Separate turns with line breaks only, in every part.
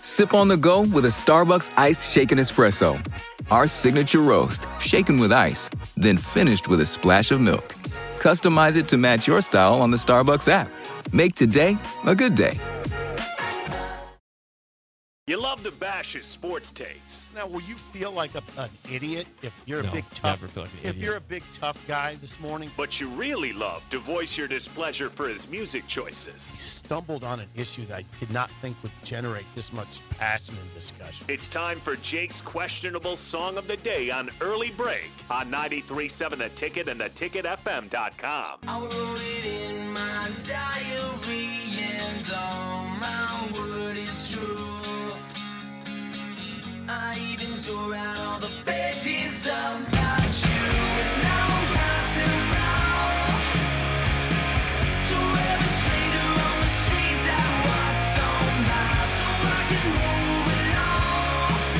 Sip on the go with a Starbucks iced shaken espresso. Our signature roast, shaken with ice, then finished with a splash of milk. Customize it to match your style on the Starbucks app. Make today a good day.
You love to bash his sports takes.
Now, will you feel like a, an idiot if you're
No,
a big tough?
never feel like an
if
idiot.
you're a big tough guy this morning,
But you really love to voice your displeasure for his music choices.
I stumbled on an issue that I did not think would generate this much passion and discussion.
It's time for Jake's questionable song of the day on Early Break on 93.7 The Ticket and theticketfm.com.
I wrote it in my diary, and all my word is true. I even tore out all the pages about you, and now I'm passing round to every stranger on the street that walks on by, so I can move along.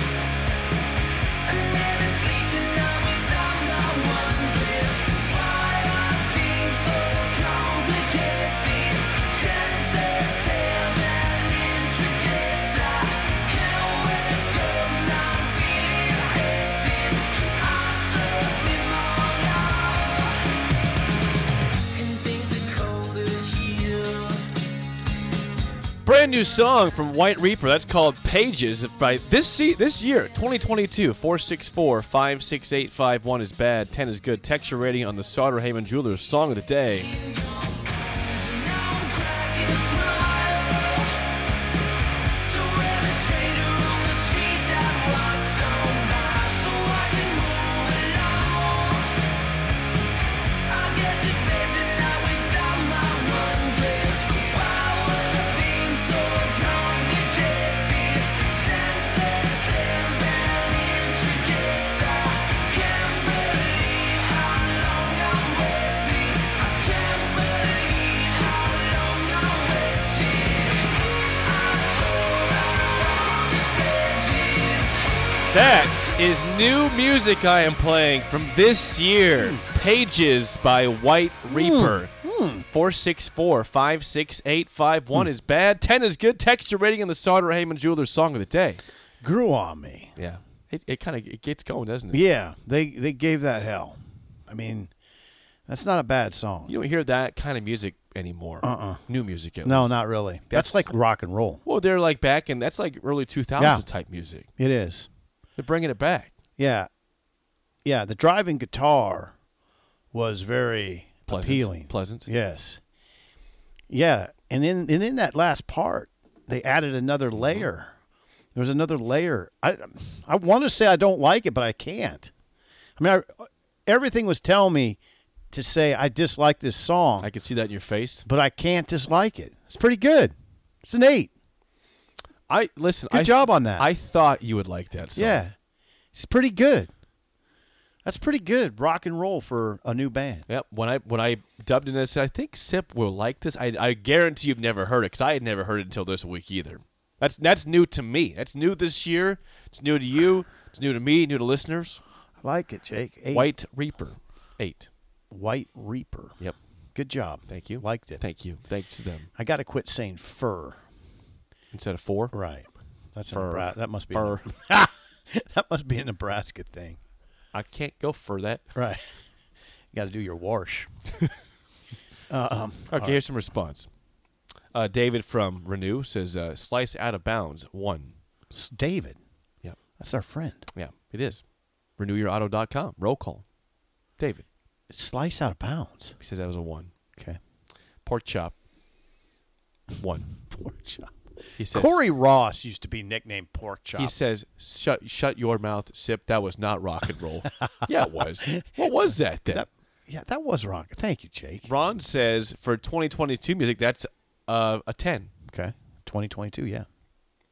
I never sleep tonight without not wondering why are things so complicated, sensitive and intricate. I can't wake up not feeling hated, so I turn them all out. And things are colder here.
Brand new song from White Reaper. That's called Pages. By this se- this year, 2022, 464 56851 is bad, 10 is good. Texture rating on the Sauter Heyman Jewelers Song of the Day.
Can't believe how long I'm waiting. I can't believe how long I'm waiting.
That is new music I am playing from this year. Pages by White Reaper. 464 56851 is bad, 10 is good. Texture rating on the Sauter Heyman Jewelers Song of the Day.
grew on me.
Yeah. It, it kind of it gets going, doesn't it?
Yeah, they they gave that hell. I mean, that's not a bad song.
You don't hear that kind of music anymore. Uh-uh. New music, at
No,
least.
not really.
That's-
That's like rock and roll.
Well, they're like back in that's like early 2000s
Yeah.
type music.
It is.
They're bringing it back.
Yeah, yeah. The driving guitar was very
Pleasant.
appealing.
Pleasant.
Yes. Yeah, and in and in that last part, they added another layer. There was another layer. I I want to say I don't like it, but I can't. I mean, I, everything was telling me to say I dislike this song.
I can see that in your face.
but I can't dislike it. It's pretty good. It's an eight.
I listen.
Good
I,
job on that.
I thought you would like that. Song.
yeah, it's pretty good. That's pretty good rock and roll for a new band.
Yep. When I when I dubbed it, I said I think Sip will like this. I, I guarantee you've never heard it because I had never heard it until this week either. That's that's new to me. That's new this year. It's new to you. It's new to me. New to listeners.
I like it, Jake. Eight.
White Reaper, eight.
White Reaper.
Yep.
Good job.
Thank you.
Liked it.
Thank you. Thanks to them.
I got to quit saying fur.
Instead of four.
Right. That's
Fur.
a Nebra- that must be
Fur.
that must be a Nebraska thing.
I can't go for that.
Right. You got to do your wash.
Okay, here's some response. Uh, David from Renew says, uh, "Slice out of bounds one."
S- David.
Yeah.
That's our friend.
Yeah, it is. RenewYourAuto.com. Roll call. David.
Slice out of bounds.
He says that was a one.
Okay.
Pork chop. One.
Pork chop.
He says.
Corey Ross used to be nicknamed Pork Chop.
He says, "Shut, shut your mouth, sip. That was not rock and roll. yeah, it was. What was that then?
that, yeah, that was wrong. Thank you, Jake.
Ron says for 2022 music, that's uh, a ten,
Okay. 2022, yeah.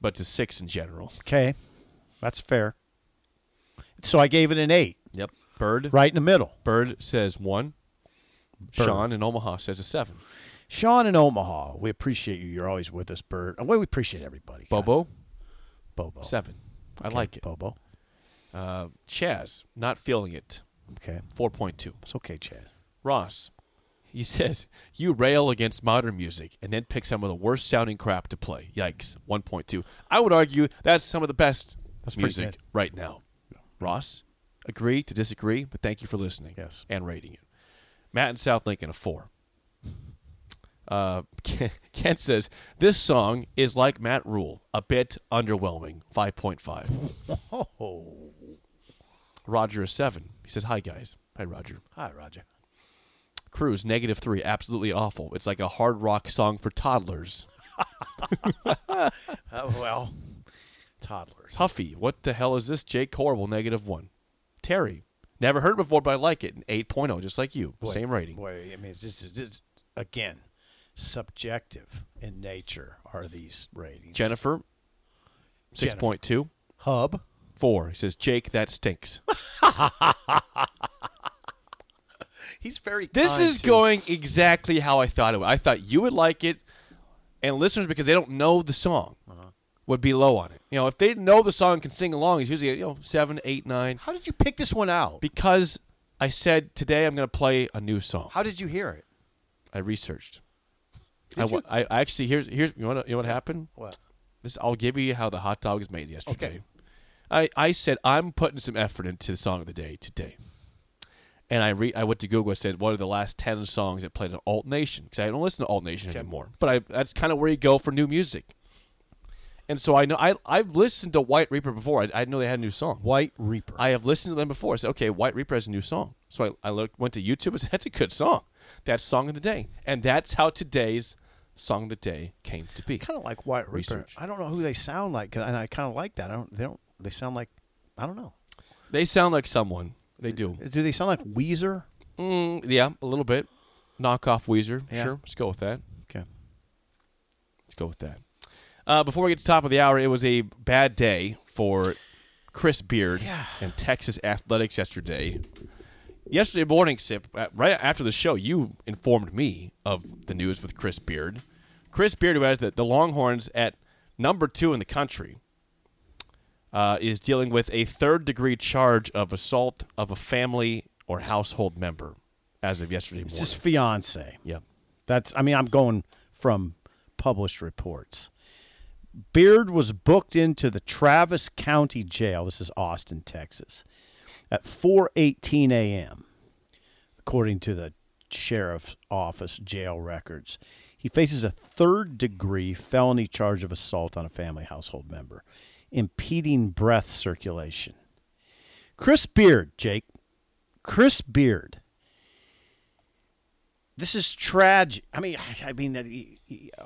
but it's a six in general.
Okay. That's fair. So I gave it an 8,
Yep. Bird.
right in the middle.
Bird says one. Sean in Omaha says a seven.
Sean in Omaha, we appreciate you. You're always with us, Bert. Well, we appreciate everybody.
Bobo,
Bobo.
seven. I
Oh. Okay,
like it.
Bobo.
Uh, Chaz, not feeling it.
Okay.
4.2.
It's okay, Chad.
Ross, He says, You rail against modern music and then pick some of the worst sounding crap to play. Yikes. 1.2. I would argue that's some of the best
That's pretty
music
good.
right now. Ross, agree to disagree, but thank you for listening
Yes.
and rating it. Matt and South Lincoln, a four. Uh, Ken Ken says, This song is like Matt Rule, a bit underwhelming. 5.5.
Oh,
Roger, a seven. He says, Hi, guys. Hi, Roger.
hi, Roger.
Cruise, negative three, absolutely awful. It's like a hard rock song for toddlers.
Uh, well, toddlers.
Huffy, what the hell is this? Jake Horrible, negative one. Terry, never heard before, but I like it. An 8.0, just like you.
Boy,
Same rating.
Boy, I mean, this is this, again subjective in nature. Are these ratings?
Jennifer, 6.2.
Hub.
Four, he says, Jake, that stinks.
He's very.
This
kind
is
to-
going exactly how I thought it would. I thought you would like it, and listeners, because they don't know the song,
Uh-huh.
would be low on it. You know, if they know the song and can sing along, it's usually, you know, seven, eight, nine.
How did you pick this one out?
Because I said, today I'm going to play a new song.
How did you hear it?
I researched. I, wa- I I actually here's here's you want you know what happened?
What?
This I'll give you how the hot dog is made yesterday. I I said I'm putting some effort into the song of the day today, and I re I went to Google. I said what are the last ten songs that played on Alt Nation because I don't listen to Alt Nation anymore. But I that's kind of where you go for new music. And so I know I I've listened to White Reaper before. I, I know they had a new song.
White Reaper.
I have listened to them before. I said, okay, White Reaper has a new song. So I, I looked, went to YouTube and said, that's a good song. That's Song of the Day. And that's how today's Song of the Day came to be.
kind of like White Reaper.
Research.
I don't know who they sound like, 'cause- and I kind of like that. I don't. They don't. They sound like. I don't know.
They sound like someone. They do.
Do they sound like Weezer?
Mm, yeah, a little bit. Knock off Weezer.
Yeah.
Sure. Let's go with that.
Okay.
Let's go with that. Uh, before we get to top of the hour, it was a bad day for Chris Beard
Yeah.
and Texas Athletics yesterday. Yesterday morning, Sip, uh, right after the show, you informed me of the news with Chris Beard. Chris Beard, who has the, the Longhorns at number two in the country, uh, is dealing with a third degree charge of assault of a family or household member as of yesterday morning.
It's his fiance.
yeah.
That's. I mean, I'm going from published reports. Beard was booked into the Travis County Jail. This is Austin, Texas, at 4:18 a.m. According to the sheriff's office jail records, he faces a third-degree felony charge of assault on a family household member, impeding breath circulation. Chris Beard, Jake, Chris Beard this is tragic. I mean, I mean, that y- y- uh,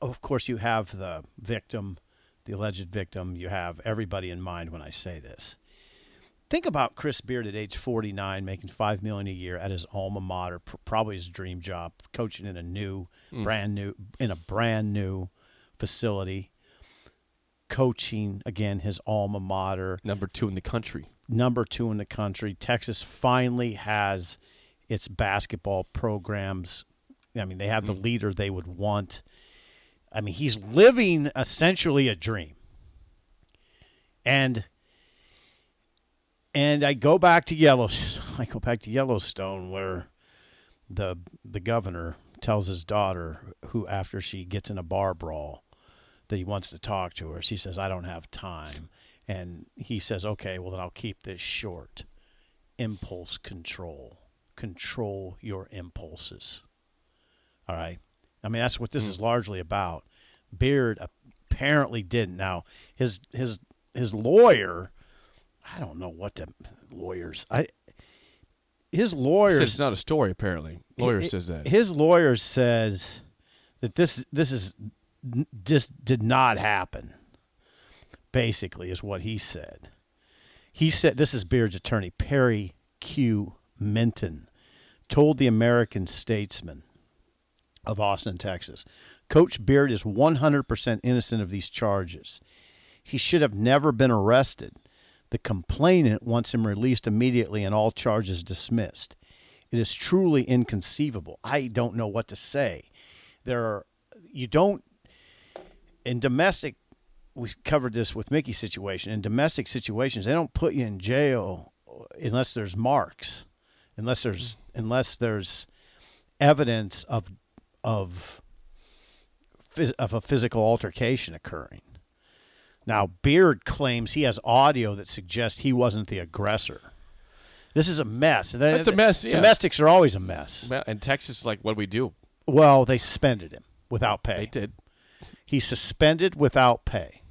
of course, you have the victim, the alleged victim. You have everybody in mind when I say this. Think about Chris Beard at age 49, making five million a year at his alma mater, pr- probably his dream job, coaching in a new, brand new, in a brand new facility, coaching again his alma mater
Number two in the country.
number two in the country. Texas finally has its basketball programs. I mean, they have the leader they would want. I mean, he's living essentially a dream. And and I go back to Yellowstone. I go back to Yellowstone where the the governor tells his daughter who after she gets in a bar brawl that he wants to talk to her. She says, I don't have time. And he says, Okay, well, then I'll keep this short. Impulse control. Control your impulses. All right. I mean, that's what this is largely about. Beard apparently didn't. Now, his, his, his lawyer, I don't know what the lawyers, I, his
Said
lawyers
It's not a story, apparently. Lawyer
it-
says that.
his lawyer says that this this is n- just did not happen. Basically, is what he said. He said this is Beard's attorney Perry Q. Minton told the American Statesman of Austin, Texas. Coach Beard is 100% innocent of these charges. He should have never been arrested. The complainant wants him released immediately and all charges dismissed. It is truly inconceivable. I don't know what to say. There are, you don't, in domestic, we covered this with Mickey's situation. In domestic situations, they don't put you in jail unless there's marks, unless there's, unless there's evidence of of phys- of a physical altercation occurring. Now, Beard claims he has audio that suggests he wasn't the aggressor. This is a mess. And
That's a mess, yeah.
Domestics are always a mess.
Well, and Texas is like, what do we do?
Well, they suspended him without pay.
They did.
He's suspended without pay.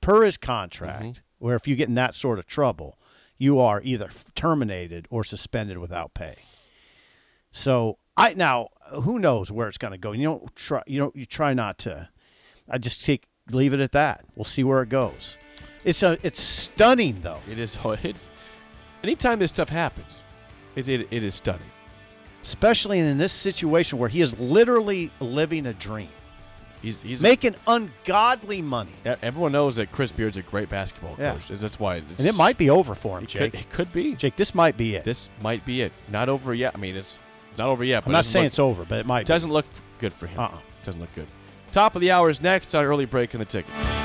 Per his contract,
Mm-hmm.
where if you get in that sort of trouble, you are either f- terminated or suspended without pay. So I now who knows where it's going to go. You don't try. You don't. You try not to. I just take leave it at that. We'll see where it goes. It's a. It's stunning though.
It is. It's anytime this stuff happens, it, it, it is stunning.
especially in this situation where he is literally living a dream,
He's he's
making ungodly money,
Everyone knows that Chris Beard's a great basketball
Yeah.
coach. That's why. It's,
and it might be over for him,
It
Jake.
could, it could be.
Jake, this might be it.
This might be it. Not over yet. I mean, it's, it's not over yet. But
I'm
it
not
doesn't
saying
look-
it's over, but it might.
Doesn't look good for him.
Uh-uh.
Doesn't look good. Top of the hour is next on early break in the ticket.